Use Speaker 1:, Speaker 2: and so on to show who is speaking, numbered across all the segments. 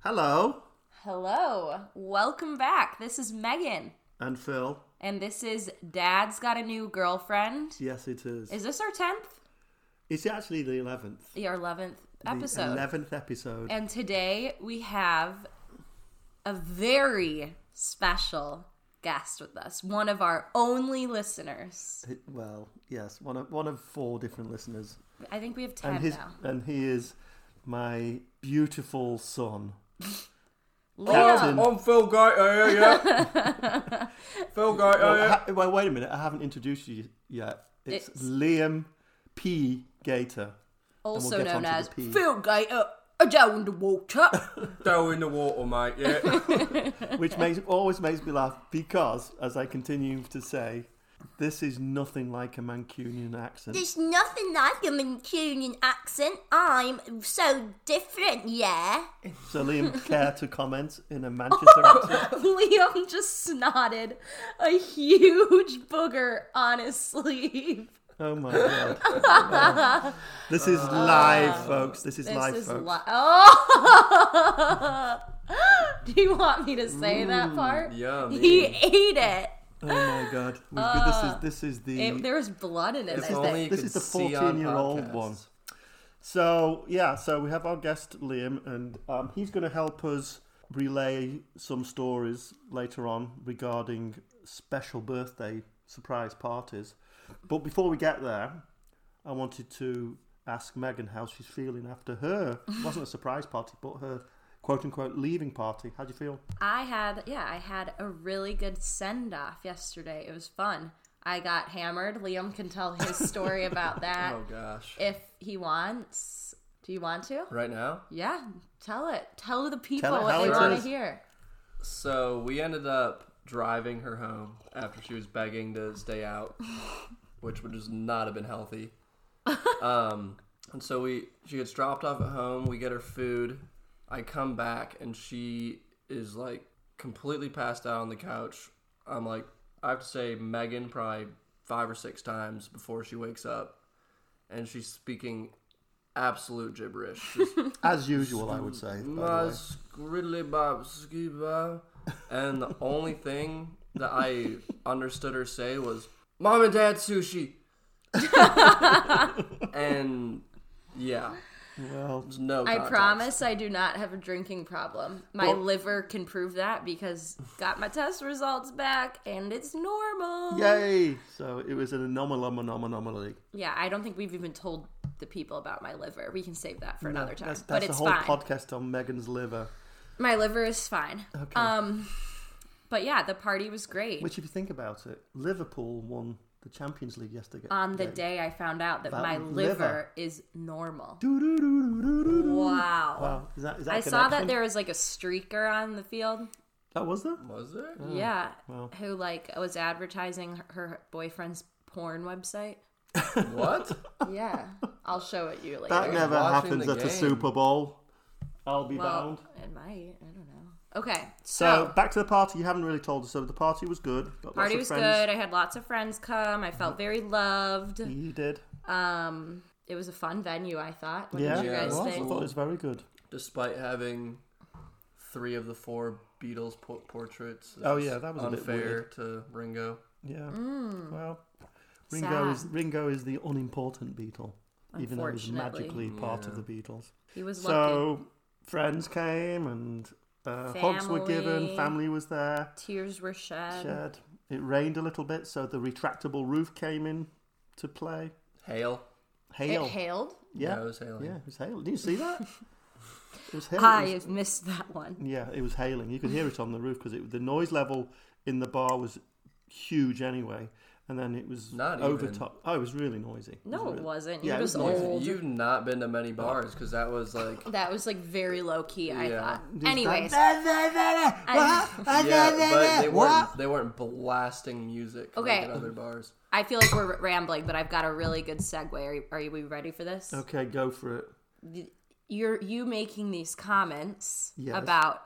Speaker 1: Hello.
Speaker 2: Hello. Welcome back. This is Megan.
Speaker 1: And Phil.
Speaker 2: And this is Dad's Got a New Girlfriend.
Speaker 1: Yes, it is.
Speaker 2: Is this our 10th?
Speaker 1: It's actually the 11th.
Speaker 2: The- Our 11th episode.
Speaker 1: The 11th episode.
Speaker 2: And today we have a very special guest with us, one of our only listeners.
Speaker 1: It- well, yes, one of, one of four different listeners.
Speaker 2: I think we have
Speaker 1: And
Speaker 2: 10
Speaker 1: his
Speaker 2: now.
Speaker 1: and he is my beautiful son. Captain.
Speaker 2: Liam.
Speaker 3: I'm Phil Gator, yeah, yeah. Phil Gator,
Speaker 1: Oh,
Speaker 3: yeah.
Speaker 1: ha- well, wait a minute. I haven't introduced you yet. It's,
Speaker 2: It's-
Speaker 1: Liam P. Gator.
Speaker 2: also
Speaker 1: get
Speaker 2: known
Speaker 1: onto the
Speaker 2: as
Speaker 1: P.
Speaker 2: Phil Gator. uh, Down the water.
Speaker 3: Down in the water, mate, yeah.
Speaker 1: which makes always makes me laugh because, as I continue to say, this is nothing like a Mancunian accent.
Speaker 4: There's nothing like a Mancunian accent. I'm so different, yeah.
Speaker 1: So, Liam, care to comment in a Manchester accent?
Speaker 2: Liam just snorted a huge booger on his sleeve.
Speaker 1: Oh my god! Oh. This is live, folks. This is
Speaker 2: Uh, This
Speaker 1: live,
Speaker 2: is
Speaker 1: folks.
Speaker 2: li- Oh! Do you want me to say that part?
Speaker 3: yummy.
Speaker 2: He ate it.
Speaker 1: oh my god! We've- this is this is the
Speaker 2: It- There was blood in it. I
Speaker 3: If
Speaker 2: think.
Speaker 3: only you
Speaker 1: This
Speaker 3: could
Speaker 1: is the
Speaker 3: see on
Speaker 1: 14-year-old
Speaker 3: podcasts.
Speaker 1: one. So yeah, so we have our guest Liam, and um, he's going to help us relay some stories later on regarding special birthday surprise parties. But before we get there, I wanted to ask Megan how she's feeling after her. It wasn't a surprise party, but her quote unquote leaving party. How do you feel?
Speaker 2: I had, yeah, I had a really good send off yesterday. It was fun. I got hammered. Liam can tell his story about that
Speaker 3: Oh, gosh.
Speaker 2: if he wants. Do you want to?
Speaker 3: Right now?
Speaker 2: Yeah, tell it. Tell the people
Speaker 1: it
Speaker 2: what
Speaker 1: how
Speaker 2: they
Speaker 1: it
Speaker 2: want to
Speaker 1: is.
Speaker 2: hear.
Speaker 3: So, we ended up driving her home after she was begging to stay out, which would just not have been healthy. Um, and so, we she gets dropped off at home. We get her food. I come back, and she is like completely passed out on the couch. I'm like, I have to say, Megan probably five or six times before she wakes up, and she's speaking absolute gibberish. Just
Speaker 1: As usual, I would say. By the way.
Speaker 3: Muskibabskiba. And the only thing that I understood her say was, Mom and Dad sushi. and yeah,
Speaker 1: Well,
Speaker 3: there's no.
Speaker 2: I
Speaker 3: context.
Speaker 2: promise I do not have a drinking problem. My
Speaker 1: Well-
Speaker 2: liver can prove that because got my test results back and it's normal.
Speaker 1: yay! So it was an anomalum anomaly.
Speaker 2: Yeah, I don't think we've even told the people about my liver. We can save that for another time.
Speaker 1: That's, that's
Speaker 2: but
Speaker 1: a
Speaker 2: it's
Speaker 1: whole
Speaker 2: fine.
Speaker 1: podcast on Megan's liver.
Speaker 2: my liver is fine.
Speaker 1: Okay.
Speaker 2: Um but yeah, the party was great.
Speaker 1: Which, if you think about it, Liverpool won the Champions League yesterday.
Speaker 2: On the day I found out that
Speaker 1: About
Speaker 2: my liver,
Speaker 1: liver.
Speaker 2: is normal.
Speaker 1: Doo-doo-doo-doo-doo-doo.
Speaker 2: Wow.
Speaker 1: Wow, is that, is that
Speaker 2: I
Speaker 1: a
Speaker 2: saw that
Speaker 1: connection?
Speaker 2: there was like a streaker on the field.
Speaker 1: That was there?
Speaker 3: Was there?
Speaker 1: Oh,
Speaker 2: yeah.
Speaker 1: wow.
Speaker 2: Who like was advertising her- her boyfriend's porn website.
Speaker 3: What?
Speaker 2: Yeah, I'll show it you later.
Speaker 1: That never
Speaker 3: watching
Speaker 1: happens
Speaker 3: the
Speaker 1: at a
Speaker 3: game.
Speaker 1: Super Bowl. I'll be bound.
Speaker 2: well, it might. I don't know. Okay,
Speaker 1: So,
Speaker 2: so,
Speaker 1: back to the party. You haven't really told us. So, the party was good. Got lots
Speaker 2: party
Speaker 1: of
Speaker 2: was
Speaker 1: friends.
Speaker 2: good. I had lots of friends come. I felt very loved.
Speaker 1: You did.
Speaker 2: Um, it was a fun venue. I thought. What
Speaker 1: Yeah,
Speaker 2: did you
Speaker 3: Yeah,
Speaker 1: it
Speaker 2: guys
Speaker 1: was. I
Speaker 2: think?
Speaker 1: thought it was very good.
Speaker 3: Despite having three of the four Beatles po- portraits. it
Speaker 1: Oh, yeah, that was a bit
Speaker 3: unfair
Speaker 1: weird.
Speaker 3: to Ringo.
Speaker 1: Yeah. Well, Ringo is,
Speaker 2: Mm. Sad.
Speaker 1: Ringo is the unimportant Beatle, even though he's
Speaker 2: Unfortunately.
Speaker 1: magically part of
Speaker 3: Yeah.
Speaker 1: the Beatles.
Speaker 2: He was lucky.
Speaker 1: So friends came and uh, hugs were given.
Speaker 2: Family. Um,
Speaker 1: Family was there.
Speaker 2: Tears were shed.
Speaker 1: Shared. It rained a little bit, so the retractable roof came in to play.
Speaker 3: Hail.
Speaker 1: Hail.
Speaker 2: It hailed.
Speaker 1: yeah,
Speaker 3: it was hailing.
Speaker 1: yeah, it was hail. Did you see that? it was hail.
Speaker 2: I
Speaker 1: It was-
Speaker 2: missed that one.
Speaker 1: yeah, it was hailing. You could hear it on the roof because the noise level in the bar was huge anyway, and then it was
Speaker 3: Not
Speaker 1: over
Speaker 3: even.
Speaker 1: top. Oh, it was really noisy.
Speaker 2: No, it wasn't.
Speaker 1: Yeah,
Speaker 2: it
Speaker 1: it
Speaker 2: was,
Speaker 1: was noisy.
Speaker 2: old.
Speaker 3: You've not been to many bars because that was like
Speaker 2: That was like very low key. I
Speaker 3: Yeah.
Speaker 2: thought.
Speaker 1: Just that-
Speaker 2: Anyways,
Speaker 3: yeah, but they weren't they weren't blasting music
Speaker 2: Okay.
Speaker 3: like at other bars.
Speaker 2: I feel like we're rambling, but I've got a really good segue. Are you, are you we ready for this?
Speaker 1: Okay, go for it.
Speaker 2: You're you making these comments
Speaker 1: Yes.
Speaker 2: about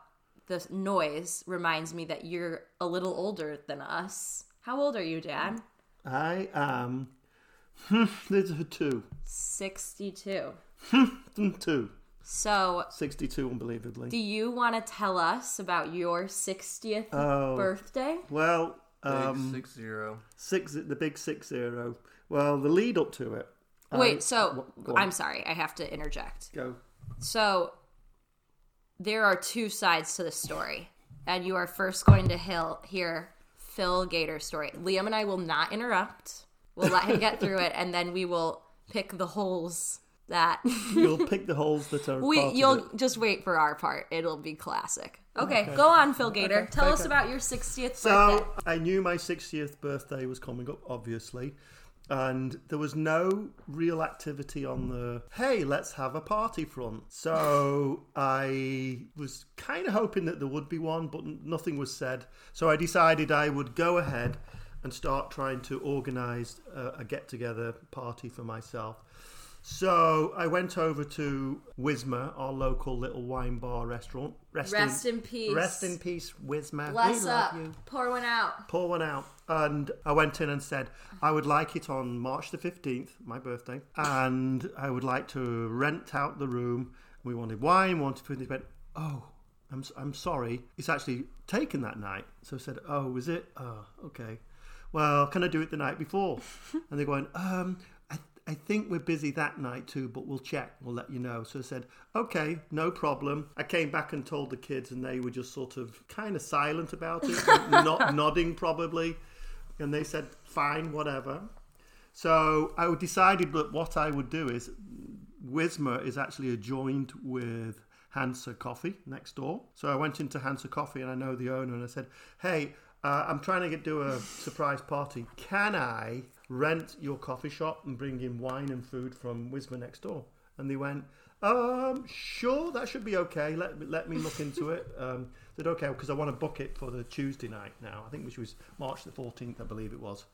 Speaker 2: the noise reminds me that you're a little older than us. How old are you, Dad?
Speaker 1: I am. There's a two. Hmm,
Speaker 2: Sixty-two.
Speaker 1: Two.
Speaker 2: So,
Speaker 1: 62, unbelievably.
Speaker 2: do you want to tell us about your 60th
Speaker 1: Oh.
Speaker 2: birthday?
Speaker 1: well,
Speaker 3: Big
Speaker 1: um,
Speaker 3: six zero.
Speaker 1: six, the big six zero. Well, the lead up to it.
Speaker 2: Wait, so
Speaker 1: Uh, wh- go on.
Speaker 2: I'm sorry, I have to interject.
Speaker 1: Go.
Speaker 2: So, there are two sides to the story, and you are first going to hill, hear Phil Gator's story. Liam and I will not interrupt. We'll let him get through it, and then we will pick the holes that
Speaker 1: You'll pick the holes that are.
Speaker 2: we.
Speaker 1: part of
Speaker 2: You'll
Speaker 1: it.
Speaker 2: just wait for our part. It'll be classic. Okay, go on, Phil Gator. Tell us about your 60th birthday.
Speaker 1: So I knew my 60th birthday was coming up, obviously, and there was no real activity on the hey, let's have a party front. So I was kind of hoping that there would be one, but n- nothing was said. So I decided I would go ahead and start trying to organise a, a get together party for myself. So I went over to Wisma, our local little wine bar restaurant.
Speaker 2: Rest in peace.
Speaker 1: Rest in peace, Wisma.
Speaker 2: Bless
Speaker 1: we
Speaker 2: up.
Speaker 1: Love you
Speaker 2: Pour one out.
Speaker 1: pour one out. And I went in and said, I would like it on March the 15th, my birthday, and I would like to rent out the room. We wanted wine, we wanted food. And they went, Oh, I'm, s- I'm sorry. It's actually taken that night. So I said, Oh, is it? Oh, okay. Well, can I do it the night before? and they're going, Um, I, I think we're busy that night too, but we'll check. We'll let you know. So I said, okay, no problem. I came back and told the kids, and they were just sort of kind of silent about it, not nodding probably. And they said, fine, whatever. So I decided that what I would do is Wisma is actually adjoined with Hansa Coffee next door. So I went into Hansa Coffee and I know the owner and I said, "Hey, uh, I'm trying to get, do a surprise party. Can I rent your coffee shop and bring in wine and food from Wisma next door?" And they went, "Um, sure, that should be okay. Let me- let me look into it." Um, I said, "Okay, because I want to book it for the Tuesday night now. I think which was March the 14th, I believe it was."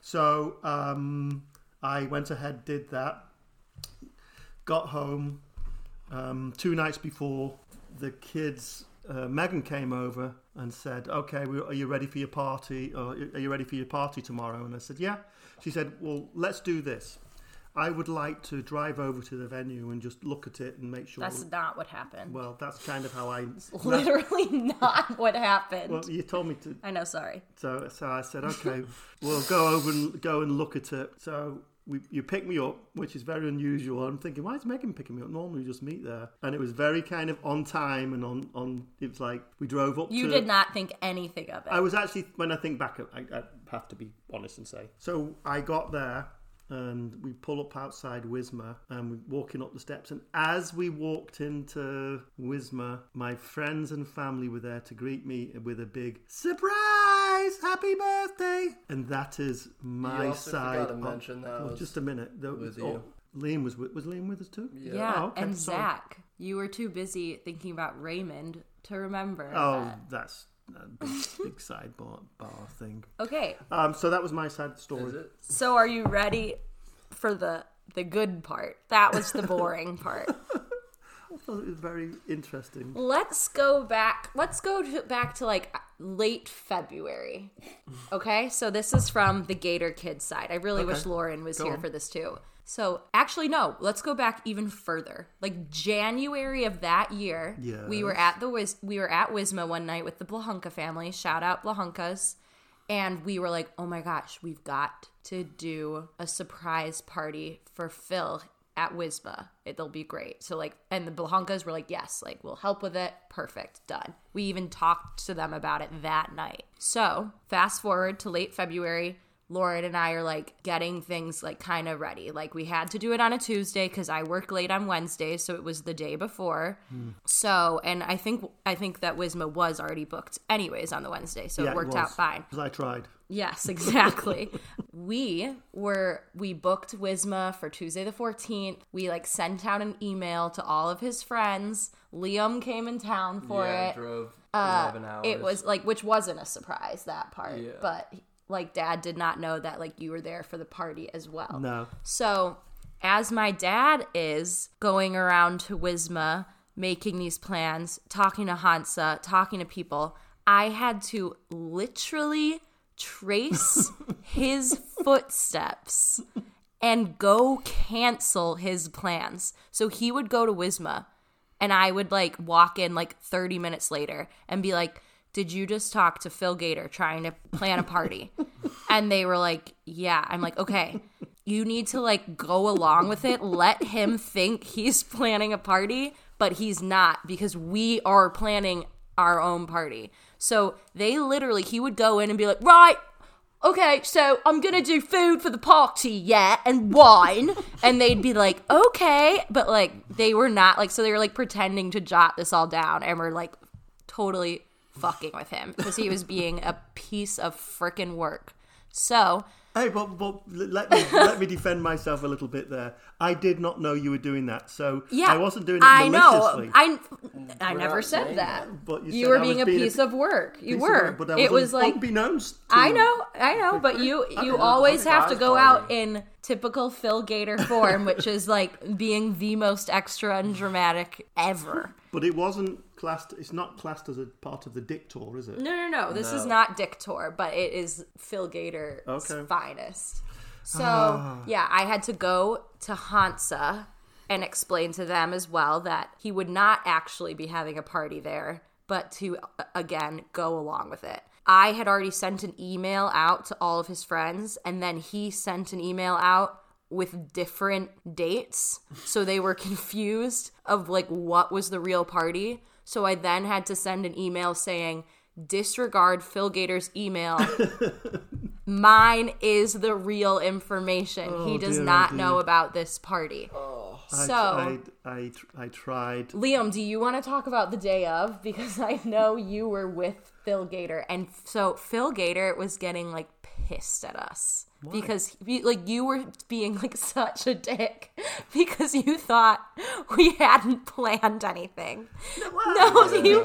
Speaker 1: So um, I went ahead, did that got home um, two nights before the kids uh, megan came over and said okay we- are you ready for your party or are you ready for your party tomorrow and i said yeah she said well let's do this i would like to drive over to the venue and just look at it and make sure
Speaker 2: That's not what happened.
Speaker 1: well that's kind of how i
Speaker 2: Literally not what happened.
Speaker 1: well you told me to
Speaker 2: I know, sorry.
Speaker 1: So, so I said, okay, we'll go over and go and look at it. So we, you pick me up, which is very unusual. I'm thinking, why is Megan picking me up? Normally we just meet there. And it was very kind of on time and on, on it was like we drove up
Speaker 2: You
Speaker 1: to...
Speaker 2: did not think anything of it.
Speaker 1: I was actually, when I think back, I, I have to be honest and say. So I got there and we pull up outside Wisma and we're walking up the steps. And as we walked into Wisma, my friends and family were there to greet me with a big surprise, happy birthday. And that is my
Speaker 3: You also
Speaker 1: side.
Speaker 3: forgot to
Speaker 1: of-
Speaker 3: mention that
Speaker 1: Well,
Speaker 3: was
Speaker 1: just a minute. There-
Speaker 3: with
Speaker 1: oh,
Speaker 3: you.
Speaker 1: Liam was with, was Liam with us too?
Speaker 2: yeah,
Speaker 1: Oh, okay,
Speaker 2: and
Speaker 1: sorry.
Speaker 2: Zach, you were too busy thinking about Raymond to remember.
Speaker 1: Oh, that's a big, big sidebar bar thing.
Speaker 2: that. Okay,
Speaker 1: Um, so that was my side of the story.
Speaker 3: Is it?
Speaker 2: so are you ready for the the good part? That was the boring part.
Speaker 1: thought it was very interesting.
Speaker 2: Let's go back. Let's go to, back to like late February. Okay, so this is from the Gator Kid side. I really wish Lauren was here for this too. So actually, no. Let's go back even further. Like January of that year, we were at the Wis- we were at Wisma one night with the Blahunka family. Shout out Blahunkas, and we were like, oh my gosh, we've got to do a surprise party for Phil at Wisma. It'll be great. So like, and the Blahankas were like, yes, like we'll help with it. Perfect, done. We even talked to them about it that night. So fast forward to late February. Lauren and I are like getting things like kind of ready. Like we had to do it on a Tuesday because I work late on Wednesday, so it was the day before. So, and I think I think that Wisma was already booked anyways on the Wednesday, so it worked out fine.
Speaker 1: Because I tried.
Speaker 2: Yes, exactly. we were we booked Wisma for Tuesday the 14th. We like sent out an email to all of his friends. Liam came in town for
Speaker 3: yeah, I
Speaker 2: it. Uh,
Speaker 3: drove eleven hours.
Speaker 2: It was like which wasn't a surprise that part,
Speaker 3: Yeah.
Speaker 2: but like dad did not know that like you were there for the party as well.
Speaker 1: No.
Speaker 2: So, as my dad is going around to Wisma, making these plans, talking to Hansa, talking to people, I had to literally trace his footsteps and go cancel his plans. So he would go to Wisma and I would like walk in like 30 minutes later and be like, "Did you just talk to Phil Gator trying to plan a party?" and they were like, "Yeah." I'm like, "Okay." You need to like go along with it. Let him think he's planning a party, but he's not because we are planning our own party. So they literally, he would go in and be like, right, okay, so I'm gonna do food for the party, yeah, and wine. And they'd be like, okay. But like, they were not like, so they were like pretending to jot this all down and were like totally fucking with him because he was being a piece of freaking work. So,
Speaker 1: Hey, but, but let me let me defend myself a little bit there. I did not know you were doing that, so
Speaker 2: yeah.
Speaker 1: I wasn't doing it
Speaker 2: I
Speaker 1: maliciously.
Speaker 2: know. I, I
Speaker 3: We're
Speaker 2: never
Speaker 3: not
Speaker 2: said
Speaker 3: saying
Speaker 2: that.
Speaker 1: But you
Speaker 2: you
Speaker 1: said
Speaker 2: were
Speaker 1: I
Speaker 2: being
Speaker 1: was
Speaker 2: a
Speaker 1: being a
Speaker 2: piece of work. You
Speaker 1: Piece of
Speaker 2: were.
Speaker 1: work, but I
Speaker 2: it
Speaker 1: was
Speaker 2: was like
Speaker 1: unbeknownst. to
Speaker 2: I
Speaker 1: you.
Speaker 2: know, I know, but you you
Speaker 1: don't know.
Speaker 2: always
Speaker 3: I think
Speaker 2: have to
Speaker 3: I've
Speaker 2: go
Speaker 3: probably-
Speaker 2: out in typical Phil Gator form, which is like being the most extra and dramatic ever.
Speaker 1: but it wasn't classed. It's not classed as a part of the dick tour, is it?
Speaker 2: No, no, no. This is
Speaker 3: No.
Speaker 2: not Dick Tour, but it is Phil Gator's
Speaker 1: Okay.
Speaker 2: finest. So yeah, I had to go to Hansa and explain to them as well that he would not actually be having a party there, but to uh, again go along with it. I had already sent an email out to all of his friends, and then he sent an email out with different dates, so they were confused of like what was the real party. So I then had to send an email saying disregard Phil Gator's email Mine is the real information. he does
Speaker 1: dear,
Speaker 2: not
Speaker 1: oh,
Speaker 2: know
Speaker 1: dear.
Speaker 2: about this party.
Speaker 1: I,
Speaker 2: so,
Speaker 1: I, I, I tried.
Speaker 2: Liam, do you want to talk about the day of? Because I know you were with Phil Gator, and so Phil Gator was getting like pissed at us because he- like you were being like such a dick because you thought we hadn't planned anything. No, you,
Speaker 1: wasn't
Speaker 2: you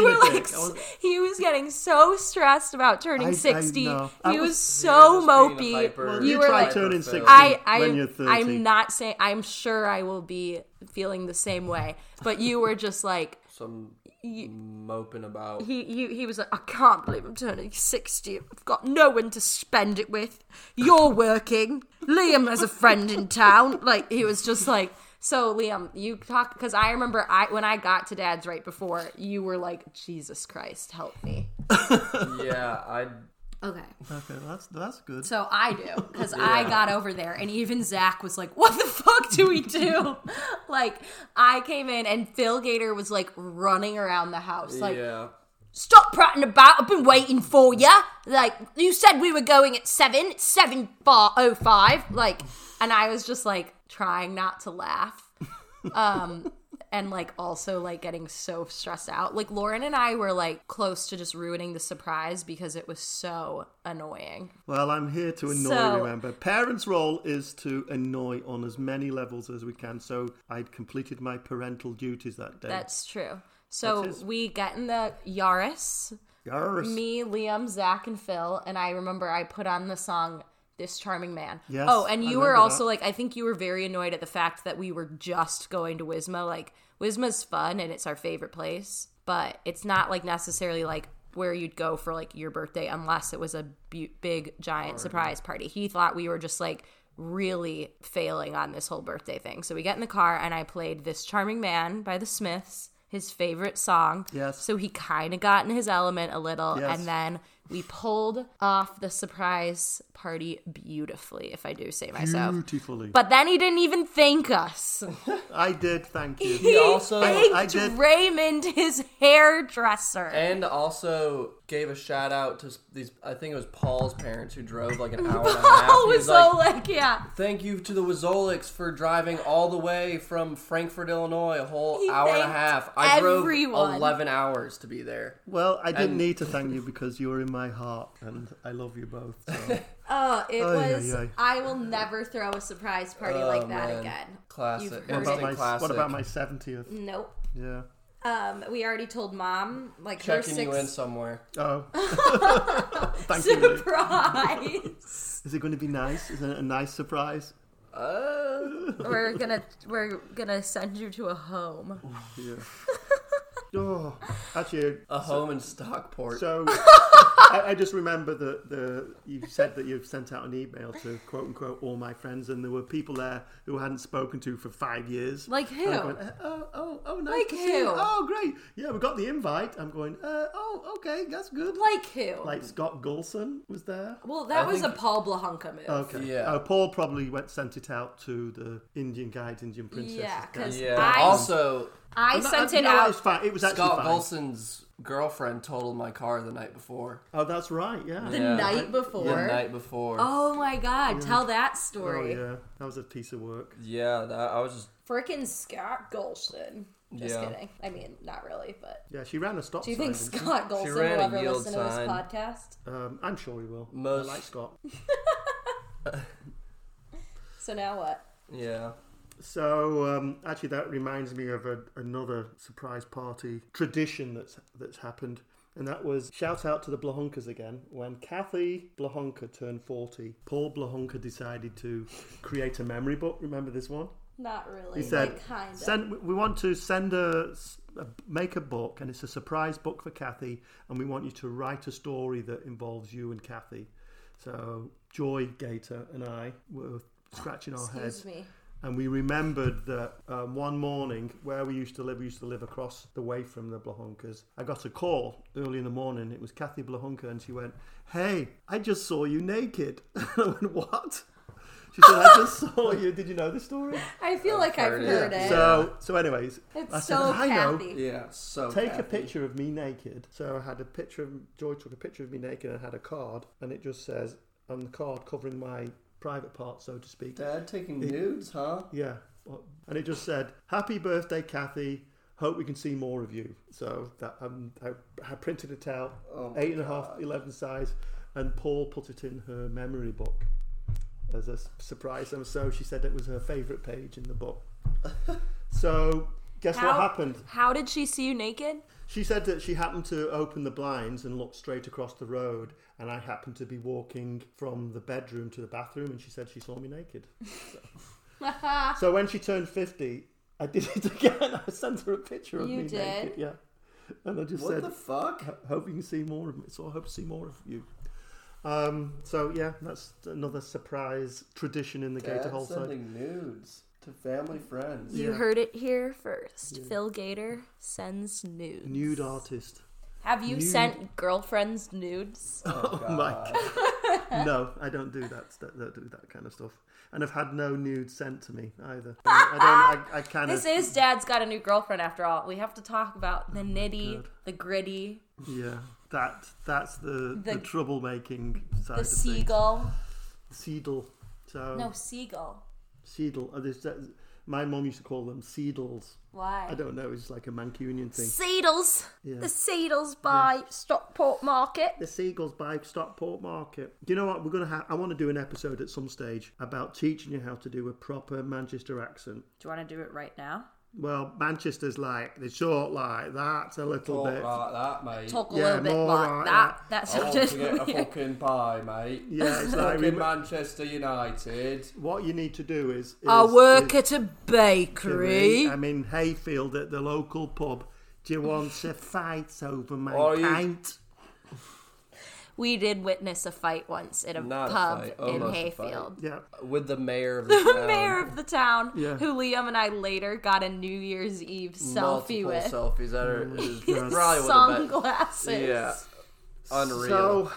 Speaker 1: being
Speaker 2: were
Speaker 1: a
Speaker 2: like
Speaker 1: dick. I
Speaker 2: s-
Speaker 1: was-
Speaker 2: he was getting so stressed about turning
Speaker 1: I- I
Speaker 2: sixty.
Speaker 1: know. I
Speaker 2: He was,
Speaker 1: was-
Speaker 2: so
Speaker 3: Just being a
Speaker 2: mopey.
Speaker 3: hyper-
Speaker 1: you
Speaker 2: you were
Speaker 1: try
Speaker 2: like-
Speaker 1: turning
Speaker 3: Phil.
Speaker 1: 60.
Speaker 2: I, I
Speaker 1: when you're 30.
Speaker 2: I'm not saying I'm sure I will be feeling the same way, but you were just like
Speaker 3: Some moping about.
Speaker 2: he you, he was like I can't believe I'm turning 60. I've got no one to spend it with. You're working. Liam has a friend in town. Like he was just like so Liam, you talk because I remember I when I got to Dad's right before you were like Jesus Christ, help me.
Speaker 3: yeah, I.
Speaker 2: Okay.
Speaker 1: Okay, that's that's good.
Speaker 2: So I do because I got over there, and even Zach was like, "What the fuck do we do?" like I came in, and Phil Gator was like running around the house, like,
Speaker 3: yeah.
Speaker 2: "Stop prattling about! I've been waiting for ya!" Like you said, we were going at seven. It's seven bar oh five. Like, and I was just like trying not to laugh. Um. And like also like getting so stressed out. Like Lauren and I were like close to just ruining the surprise because it was so annoying.
Speaker 1: Well, I'm here to annoy,
Speaker 2: So-
Speaker 1: remember. Parents' role is to annoy on as many levels as we can, so I'd completed my parental duties that day.
Speaker 2: That's true. So
Speaker 1: his-
Speaker 2: we get in the Yaris,
Speaker 1: Yarrus.
Speaker 2: me, Liam, Zach, and Phil, and I remember I put on the song "This Charming Man."
Speaker 1: Yes,
Speaker 2: oh, and
Speaker 1: I
Speaker 2: you were
Speaker 1: remember
Speaker 2: also
Speaker 1: that.
Speaker 2: like, I think you were very annoyed at the fact that we were just going to Wisma. Like Wisma's fun and it's our favorite place, but it's not like necessarily like where you'd go for like your birthday unless it was a bu- big giant surprise party. He thought we were just like really failing on this whole birthday thing. So we get in the car and I played "This Charming Man" by the Smiths. His favorite song.
Speaker 1: Yes.
Speaker 2: So he kind of got in his element a little,
Speaker 1: Yes.
Speaker 2: and then we pulled off the surprise party beautifully, if I do say myself.
Speaker 1: Beautifully.
Speaker 2: But then he didn't even thank us.
Speaker 1: I did, thank you.
Speaker 2: He
Speaker 3: also-
Speaker 2: thanked
Speaker 1: I did-
Speaker 2: Raymond, his hairdresser.
Speaker 3: And also gave a shout out to s- these. I think it was Paul's parents who drove like an hour and a half.
Speaker 2: Paul Oh,
Speaker 3: He
Speaker 2: was so like, yeah.
Speaker 3: Thank you to the Wazolics for driving all the way from Frankfort, Illinois, a whole
Speaker 2: He
Speaker 3: hour and a
Speaker 2: thanked
Speaker 3: half. I
Speaker 2: everyone.
Speaker 3: drove 11 hours to be there.
Speaker 1: Well, I didn't
Speaker 3: And-
Speaker 1: need to thank you because you were in my heart, and I love you both. so.
Speaker 2: Oh, it
Speaker 1: Ay,
Speaker 2: was.
Speaker 1: ay, ay.
Speaker 2: I will never throw a surprise party like that
Speaker 3: Oh, man.
Speaker 2: again.
Speaker 3: Classic.
Speaker 2: You've
Speaker 3: What
Speaker 2: heard
Speaker 1: What
Speaker 2: it.
Speaker 1: about my,
Speaker 3: Classic.
Speaker 1: what about my 70th?
Speaker 2: Nope.
Speaker 1: Yeah.
Speaker 2: Um, we already told mom like her
Speaker 3: Checking you in
Speaker 2: six
Speaker 3: somewhere.
Speaker 1: Oh. thank you. Luke.
Speaker 2: surprise.
Speaker 1: Is it going to be nice? Is it a nice surprise?
Speaker 3: Uh,
Speaker 2: we're gonna we're gonna send you to a home.
Speaker 1: Yeah. Oh, actually,
Speaker 3: A home in Stockport.
Speaker 1: so I, I just remember that the you said that you've sent out an email to quote unquote all my friends, and there were people there who I hadn't spoken to for five years.
Speaker 2: Like who?
Speaker 1: And I'm going, "Uh, oh, oh, oh, nice
Speaker 2: Like
Speaker 1: to see you.
Speaker 2: who?
Speaker 1: Oh, great. Yeah, we got the invite. I'm going. Uh, oh, okay, that's good.
Speaker 2: Like who?
Speaker 1: Like Scott Gulson was there.
Speaker 2: well, that
Speaker 3: I
Speaker 2: was
Speaker 3: think-
Speaker 2: a Paul Blahunka move.
Speaker 1: Okay.
Speaker 3: Yeah.
Speaker 1: Oh, Paul probably went sent it out to the Indian guides, Indian princesses.
Speaker 2: Yeah, 'cause-
Speaker 1: guys.
Speaker 3: yeah.
Speaker 2: I-
Speaker 3: also,
Speaker 2: I
Speaker 1: No,
Speaker 2: sent
Speaker 1: uh, no,
Speaker 2: it
Speaker 1: It was
Speaker 2: out.
Speaker 1: fine. It was actually
Speaker 3: Scott
Speaker 1: fine.
Speaker 3: Golson's girlfriend totaled my car the night before.
Speaker 1: Oh, that's right. Yeah.
Speaker 2: The
Speaker 3: Yeah.
Speaker 2: night before.
Speaker 3: The night before.
Speaker 2: Oh my god, tell that
Speaker 1: Mm. Oh,
Speaker 2: story.
Speaker 1: yeah. That was a piece of work.
Speaker 3: Yeah, that, I was just.
Speaker 2: Frickin' Scott Golson. Just
Speaker 3: Yeah.
Speaker 2: kidding. I mean, not really, but.
Speaker 1: Yeah, she ran a stop
Speaker 2: Do you think
Speaker 1: sign.
Speaker 2: Scott Golson
Speaker 3: ran
Speaker 2: will
Speaker 3: a
Speaker 2: ever
Speaker 3: yield
Speaker 2: listen to
Speaker 3: sign.
Speaker 2: this podcast?
Speaker 1: Um, I'm sure he will.
Speaker 3: Most-
Speaker 1: I like Scott.
Speaker 2: So now what?
Speaker 3: Yeah.
Speaker 1: So um, actually, that reminds me of a, another surprise party tradition that's that's happened, and that was shout out to the Blahunkas again. When Kathy Blahunka turned forty, Paul Blahunka decided to create a memory book. Remember this one?
Speaker 2: Not really.
Speaker 1: He said,
Speaker 2: like, kind of.
Speaker 1: "Send. We want to send a, s- a- make a book, and it's a surprise book for Kathy, and we want you to write a story that involves you and Kathy." So Joy Gator and I were scratching our heads,
Speaker 2: Excuse me.
Speaker 1: and we remembered that um, one morning where we used to live, we used to live across the way from the Blahunkas. I got a call early in the morning. It was Kathy Blahunka, and she went, "Hey, I just saw you naked." And I went, "What?" She said, "I just saw you. Did you know this story?"
Speaker 2: I feel like I've
Speaker 3: heard it.
Speaker 2: heard it.
Speaker 1: Oh, So, so anyways,
Speaker 2: it's
Speaker 1: I said,
Speaker 2: so
Speaker 1: I know.
Speaker 2: Kathy.
Speaker 3: Yeah. So
Speaker 1: Take
Speaker 3: Kathy.
Speaker 1: a picture of me naked. So I had a picture of Joy took a picture of me naked and had a card, and it just says on the card covering my private part, so to speak.
Speaker 3: Dad taking nudes, huh?
Speaker 1: Yeah, and it just said, "Happy birthday, Kathy. Hope we can see more of you." So that um, I, I printed it out,
Speaker 3: Oh my
Speaker 1: eight and a half, eleven size, and Paul put it in her memory book as a s- surprise. And so she said it was her favourite page in the book. so guess what
Speaker 2: How-
Speaker 1: happened?
Speaker 2: How did she see you naked?
Speaker 1: She said that she happened to open the blinds and look straight across the road, and I happened to be walking from the bedroom to the bathroom, and she said she saw me naked. So, so when she turned 50, I did it again. I sent her a picture of
Speaker 2: You
Speaker 1: me
Speaker 2: did?
Speaker 1: naked. Yeah. And I just
Speaker 3: What
Speaker 1: said,
Speaker 3: the fuck?
Speaker 1: hope you can see more of me. So I hope to see more of you. Um, so yeah, that's another surprise tradition in the Gator
Speaker 3: Dad
Speaker 1: Hall side.
Speaker 3: sending nudes to family friends.
Speaker 1: You Yeah.
Speaker 2: heard it here first. Phil Gator sends nudes.
Speaker 1: Nude artist.
Speaker 2: Have you
Speaker 1: Nude.
Speaker 2: sent girlfriends nudes?
Speaker 1: Oh, my god. no, I don't do that. st- Don't do that kind of stuff. And I've had no nude sent to me either. I don't. I, I kind of.
Speaker 2: This is Dad's got a new girlfriend after all. We have to talk about the
Speaker 3: Oh,
Speaker 2: nitty,
Speaker 1: God.
Speaker 2: the gritty,
Speaker 1: Yeah. That that's the the,
Speaker 2: The-
Speaker 1: troublemaking side
Speaker 2: the
Speaker 1: of
Speaker 2: seagull.
Speaker 1: things. Seedle. So
Speaker 2: No, seagull.
Speaker 1: seedle. Oh, there's that- my mom used to call them seedles.
Speaker 2: Why?
Speaker 1: I don't know. It's like a Mancunian thing.
Speaker 4: Seedles.
Speaker 1: Yeah.
Speaker 4: The Seedles by Stockport Market.
Speaker 1: the seagulls by Stockport Market. Do you know what? We're gonna. Ha- I want to do an episode at some stage about teaching you how to do a proper Manchester accent.
Speaker 2: Do you want to do it right now?
Speaker 1: Well, Manchester's like the short like that a little
Speaker 3: Talk
Speaker 1: bit.
Speaker 3: like that, mate.
Speaker 2: Talk a
Speaker 1: Yeah,
Speaker 2: little bit
Speaker 1: more
Speaker 2: like
Speaker 1: like
Speaker 2: that. That
Speaker 3: I want to get a
Speaker 2: sounded weird.
Speaker 3: fucking pie, mate.
Speaker 1: Yeah, it's like
Speaker 3: Fucking
Speaker 1: rem-
Speaker 3: Manchester United.
Speaker 1: what you need to do is, is
Speaker 2: I work
Speaker 1: is
Speaker 2: at a bakery.
Speaker 1: I'm in Hayfield at the local pub. Do you want to fight over my
Speaker 3: Are you-
Speaker 1: pint?
Speaker 2: We did witness a fight once at a
Speaker 3: Not a
Speaker 2: pub
Speaker 3: fight,
Speaker 2: in
Speaker 3: almost a fight.
Speaker 2: Hayfield.
Speaker 1: Yeah.
Speaker 3: With the mayor of the town.
Speaker 2: Mayor of the town,
Speaker 1: Yeah.
Speaker 2: who Liam and I later got a New Year's Eve selfie
Speaker 3: Multiple
Speaker 2: with.
Speaker 3: selfies that are
Speaker 1: Mm.
Speaker 3: is
Speaker 2: With
Speaker 3: probably one of the best.
Speaker 2: sunglasses.
Speaker 3: Yeah. Unreal.
Speaker 1: So,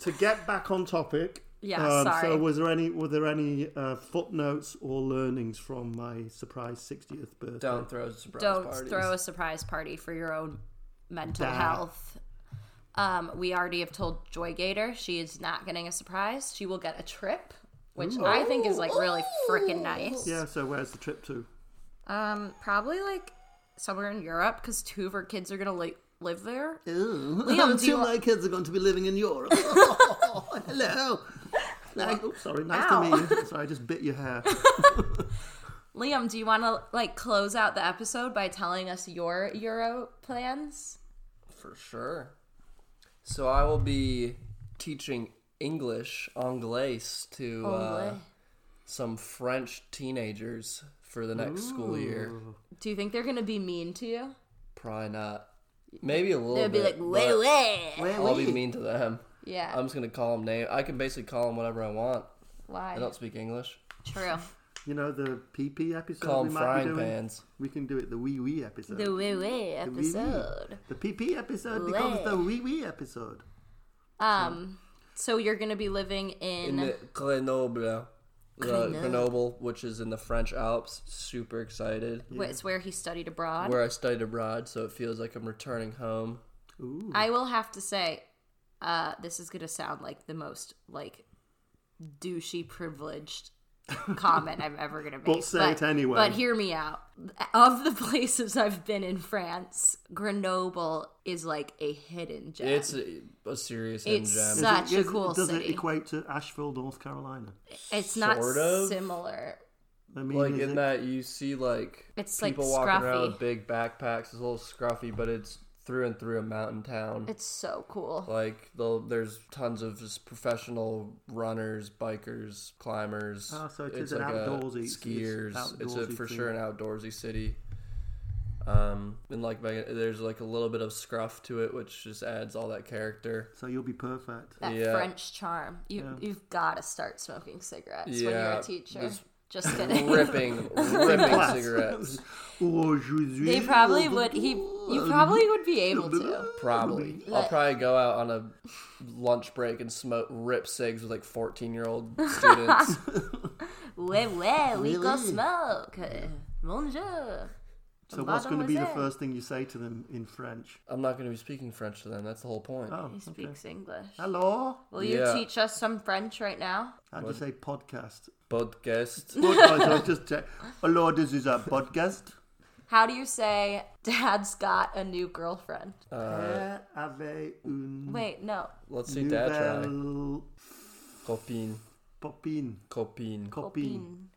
Speaker 1: to get back on topic. um,
Speaker 2: Yeah, sorry.
Speaker 1: So, was there any were there any uh, footnotes or learnings from my surprise 60th birthday?
Speaker 3: don't throw surprise
Speaker 2: Don't
Speaker 3: parties.
Speaker 2: throw a surprise party for your own mental
Speaker 1: Nah.
Speaker 2: health. Um, we already have told Joy Gator she is not getting a surprise. She will get a trip, which I think is like really freaking nice.
Speaker 1: Yeah. So, where's the trip to?
Speaker 2: Um, probably like somewhere in Europe because two of her kids are gonna like live there.
Speaker 1: Ooh.
Speaker 2: Liam, do you-
Speaker 1: my kids are going to be living in Europe. hello. Like, oh, sorry, nice
Speaker 2: Ow.
Speaker 1: to meet you. Sorry, I just bit your hair.
Speaker 2: Liam, do you want to like close out the episode by telling us your Euro plans?
Speaker 3: For sure. So I will be teaching English, Anglais, to uh, some French teenagers for the next school year.
Speaker 2: do you think they're gonna be mean to you?
Speaker 3: Probably not. Maybe a little
Speaker 4: They'll be like,
Speaker 3: bit.
Speaker 4: wait,
Speaker 3: but
Speaker 4: wait.
Speaker 3: I'll be mean to them.
Speaker 2: Yeah.
Speaker 3: I'm just gonna call them name. I can basically call them whatever I want.
Speaker 2: Why?
Speaker 3: I don't speak English.
Speaker 2: True.
Speaker 1: You know the PP episode
Speaker 3: Call
Speaker 1: we
Speaker 3: them
Speaker 1: might be
Speaker 3: frying
Speaker 1: doing.
Speaker 3: pans.
Speaker 1: We can do it the wee wee episode.
Speaker 2: The wee wee
Speaker 1: The wee wee.
Speaker 2: episode.
Speaker 1: The PP episode becomes
Speaker 4: Wee.
Speaker 1: the wee wee episode.
Speaker 2: Um, so you're gonna be living
Speaker 3: In
Speaker 2: in,
Speaker 3: the Grenoble. The Grenoble, which is in the French Alps. Super excited.
Speaker 2: wh- it's where he studied abroad.
Speaker 3: Where I studied abroad, so it feels like I'm returning home.
Speaker 1: Ooh.
Speaker 2: I will have to say, uh, this is gonna sound like the most like douchey privileged comment I'm ever gonna make.
Speaker 1: But say it anyway.
Speaker 2: But hear me out. Of the places I've been in France, Grenoble is like a hidden gem.
Speaker 3: It's a, a serious hidden
Speaker 2: It's
Speaker 3: gem.
Speaker 2: so- Such a
Speaker 1: Yes,
Speaker 2: cool
Speaker 1: does
Speaker 2: city.
Speaker 1: it equate to Asheville, North Carolina?
Speaker 2: it's not
Speaker 3: sort of.
Speaker 2: similar.
Speaker 1: I mean,
Speaker 3: like
Speaker 1: is
Speaker 3: in
Speaker 1: it-
Speaker 3: that you see like
Speaker 2: It's, like,
Speaker 3: people walking around
Speaker 2: scruffy.
Speaker 3: with big backpacks. It's a little scruffy, but it's through and through a mountain town.
Speaker 2: It's so cool.
Speaker 3: Like they'll- there's tons of just professional runners, bikers, climbers.
Speaker 1: Oh, so it
Speaker 3: it's
Speaker 1: is an
Speaker 3: like a
Speaker 1: outdoorsy- it's
Speaker 3: skiers. It's, a,
Speaker 1: outdoorsy
Speaker 3: for
Speaker 1: thing.
Speaker 3: sure an outdoorsy city. Um, and like Megan- there's like a little bit of scruff to it, which just adds all that character.
Speaker 1: So you'll be perfect.
Speaker 2: That
Speaker 3: yeah.
Speaker 2: French charm. You you've got to start smoking cigarettes when you're
Speaker 3: Yeah,
Speaker 2: a teacher.
Speaker 3: just
Speaker 2: Just kidding.
Speaker 3: Ripping, ripping cigarettes.
Speaker 1: Oh, je
Speaker 2: They
Speaker 1: suis-
Speaker 2: probably would. He, you probably would be able to.
Speaker 3: Probably. I'll probably go out on a lunch break and smoke rip cigs with like 14 year old students.
Speaker 2: Ouais, ouais, we go
Speaker 1: Really?
Speaker 2: smoke. Bonjour.
Speaker 1: So what's going to be the
Speaker 2: Mademoiselle.
Speaker 1: first thing you say to them in French?
Speaker 3: I'm not going to be speaking French to them. That's the whole point.
Speaker 1: Oh,
Speaker 2: He speaks English.
Speaker 1: hello.
Speaker 2: Will you
Speaker 3: Yeah.
Speaker 2: teach us some French right now?
Speaker 1: How do you say podcast?
Speaker 3: Podcast.
Speaker 1: Podcast, I just check. Hello, this is a podcast.
Speaker 2: How do you say Dad's got a new girlfriend?
Speaker 1: Uh, avec une
Speaker 2: Wait, no.
Speaker 3: Let's see dad try.
Speaker 1: nouvelle
Speaker 3: Copine.
Speaker 1: popine.
Speaker 3: Copine.
Speaker 1: Copine.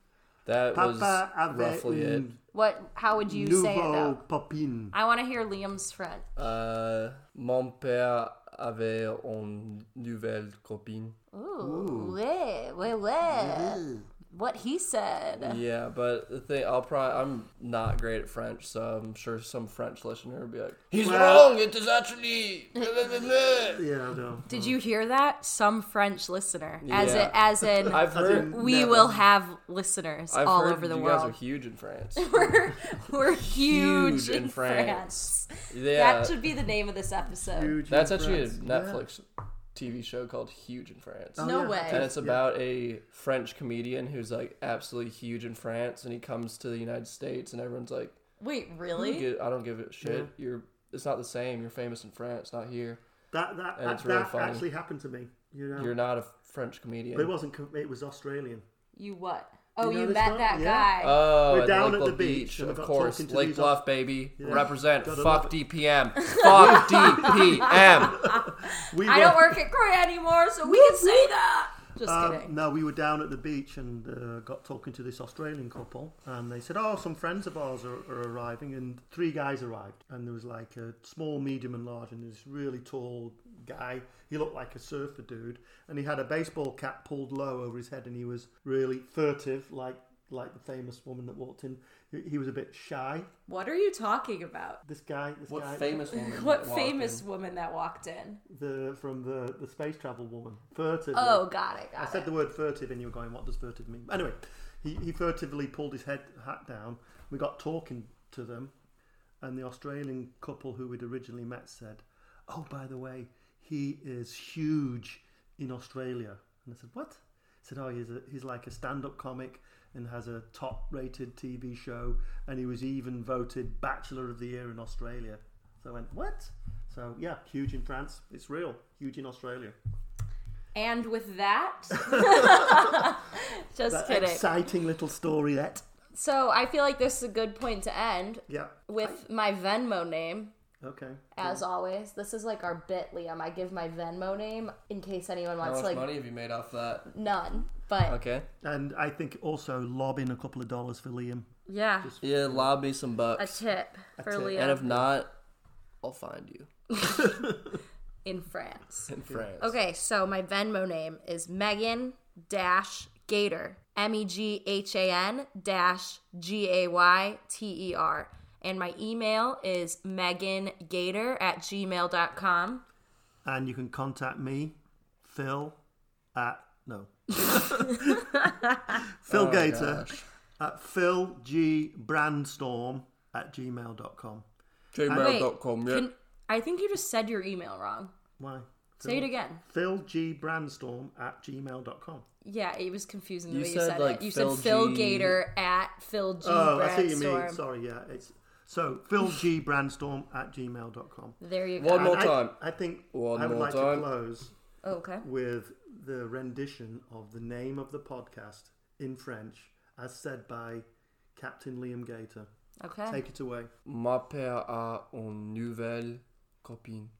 Speaker 3: That
Speaker 1: Papa
Speaker 3: was
Speaker 1: avait
Speaker 3: roughly it.
Speaker 1: une
Speaker 2: What? How would you say it
Speaker 1: nouveau
Speaker 2: though?
Speaker 1: popine.
Speaker 2: I want to hear Liam's French.
Speaker 3: Uh, mon père avait une nouvelle copine.
Speaker 2: Ooh, ouais, ouais, ouais. What he said.
Speaker 3: Yeah, but the thing, I'll probably, I'm not great at French, so I'm sure some French listener will be like, he's
Speaker 1: Well-
Speaker 3: wrong, it is actually. blah, blah, blah, blah."
Speaker 1: Yeah, I know.
Speaker 2: Did you hear that? Some French listener, as
Speaker 3: Yeah.
Speaker 2: it, as in
Speaker 3: I've heard.
Speaker 2: we
Speaker 1: Never.
Speaker 2: will have listeners
Speaker 3: I've
Speaker 2: all
Speaker 3: heard
Speaker 2: over the
Speaker 3: you
Speaker 2: world.
Speaker 3: guys are huge in France.
Speaker 2: we're we're huge,
Speaker 3: Huge
Speaker 2: in,
Speaker 3: in
Speaker 2: France.
Speaker 3: France.
Speaker 2: That
Speaker 3: yeah,
Speaker 2: should be the name of this episode.
Speaker 1: Huge
Speaker 3: that's
Speaker 1: in
Speaker 3: actually
Speaker 1: France.
Speaker 3: a
Speaker 1: Yeah. Oh,
Speaker 3: Netflix TV show called Huge in France.
Speaker 2: No
Speaker 1: yeah.
Speaker 3: And
Speaker 2: way.
Speaker 3: it's about a French comedian who's like absolutely huge in France, and he comes to the United States, and everyone's like,
Speaker 2: Wait,
Speaker 3: "You
Speaker 2: really?
Speaker 3: get- "I don't give a shit. You're, it's not the same. You're famous in France, not here.
Speaker 1: That that
Speaker 3: And it's
Speaker 1: that,
Speaker 3: really
Speaker 1: that
Speaker 3: funny.
Speaker 1: actually happened to me. You know,
Speaker 3: You're not a French
Speaker 1: but it
Speaker 3: comedian."
Speaker 1: wasn't. co- It was Australian.
Speaker 2: You what? Oh,
Speaker 1: You
Speaker 2: you,
Speaker 1: know this
Speaker 2: met
Speaker 1: one?
Speaker 2: that
Speaker 1: Yeah.
Speaker 2: guy.
Speaker 3: Oh,
Speaker 1: We're
Speaker 3: at
Speaker 1: down
Speaker 3: Lake
Speaker 1: at the
Speaker 3: Bluff
Speaker 1: beach, and
Speaker 3: of
Speaker 1: we got
Speaker 3: course,
Speaker 1: talking to
Speaker 3: Lake
Speaker 1: these-
Speaker 3: Bluff, baby.
Speaker 1: Yeah.
Speaker 3: Represent.
Speaker 1: Gotta
Speaker 3: Fuck
Speaker 1: love
Speaker 3: DPM. Fuck DPM.
Speaker 1: We
Speaker 2: I
Speaker 1: were,
Speaker 2: don't work at Korea anymore, so we can say that. Just
Speaker 1: Um,
Speaker 2: kidding.
Speaker 1: no, we were down at the beach and uh, got talking to this Australian couple, and they said, "Oh, some friends of ours are, are arriving." And three guys arrived, and there was like a small, medium, and large, and this really tall guy. He looked like a surfer dude, and he had a baseball cap pulled low over his head, and he was really furtive, like like the famous woman that walked in. He, he was a bit shy.
Speaker 2: What are you talking about?
Speaker 1: This guy, this guy,
Speaker 3: What famous woman?
Speaker 2: What
Speaker 3: walked
Speaker 2: famous
Speaker 3: in?
Speaker 2: woman that walked in?
Speaker 1: the from the the space travel woman, furtive.
Speaker 2: Oh, got it,
Speaker 1: I
Speaker 2: got
Speaker 1: said
Speaker 2: it.
Speaker 1: the word furtive, and you were going, "What does furtive mean?" Anyway, he, he furtively pulled his head hat down. We got talking to them, and the Australian couple who we'd originally met said, "Oh, by the way, he is huge in Australia." And I said, "What?" He said, "Oh, he's a, he's like a stand-up comic." And has a top-rated TV show, and he was even voted Bachelor of the Year in Australia. So I went, "What?" So yeah, huge in France. It's real. Huge in Australia.
Speaker 2: And with that, just
Speaker 1: That
Speaker 2: kidding.
Speaker 1: exciting little story that.
Speaker 2: So I feel like this is a good point to end
Speaker 1: Yeah.
Speaker 2: with my Venmo name.
Speaker 1: Okay.
Speaker 2: As always, this is like our bit, Liam. I give my Venmo name in case anyone
Speaker 3: How
Speaker 2: wants
Speaker 3: much
Speaker 2: like
Speaker 3: money have you made off that?
Speaker 2: none. But
Speaker 3: Okay.
Speaker 1: And I think also lob in a couple of dollars for Liam.
Speaker 2: yeah,
Speaker 3: Yeah, lob me some
Speaker 2: a
Speaker 3: bucks.
Speaker 2: tip for
Speaker 1: tip.
Speaker 2: Liam
Speaker 3: And if not, I'll find you
Speaker 2: in France.
Speaker 3: in France.
Speaker 2: Okay, so my Venmo name is Megan Dash Gator. M E G H A N dash G A Y T E R. And my email is megangator at gmail.com.
Speaker 1: And you can contact me, Phil, at no, Phil Gator
Speaker 3: Oh, Gosh.
Speaker 1: at philgbrandstorm at gmail.com.
Speaker 3: Gmail.com, yeah.
Speaker 2: Can- I think you just said your email wrong.
Speaker 1: Why?
Speaker 2: Say it again.
Speaker 1: philgbrandstorm at gmail.com.
Speaker 2: Yeah, it was confusing the
Speaker 3: You
Speaker 2: way you
Speaker 3: said,
Speaker 2: said,
Speaker 3: like,
Speaker 2: it. You
Speaker 3: Phil
Speaker 2: said Phil
Speaker 3: G.
Speaker 2: Gator at Phil G.
Speaker 1: Oh, I see what you mean.
Speaker 2: Brandstorm.
Speaker 1: Sorry, yeah. It's so philgbrandstorm at gmail.com.
Speaker 2: There you go.
Speaker 3: One more
Speaker 1: I,
Speaker 3: time.
Speaker 1: I think
Speaker 3: One
Speaker 1: I would
Speaker 3: more
Speaker 1: like
Speaker 3: time.
Speaker 1: to close
Speaker 2: Oh, okay.
Speaker 1: with the rendition of the name of the podcast in French as said by Captain Liam Gator.
Speaker 2: Okay.
Speaker 1: Take it away.
Speaker 3: Ma paire a une nouvelle copine.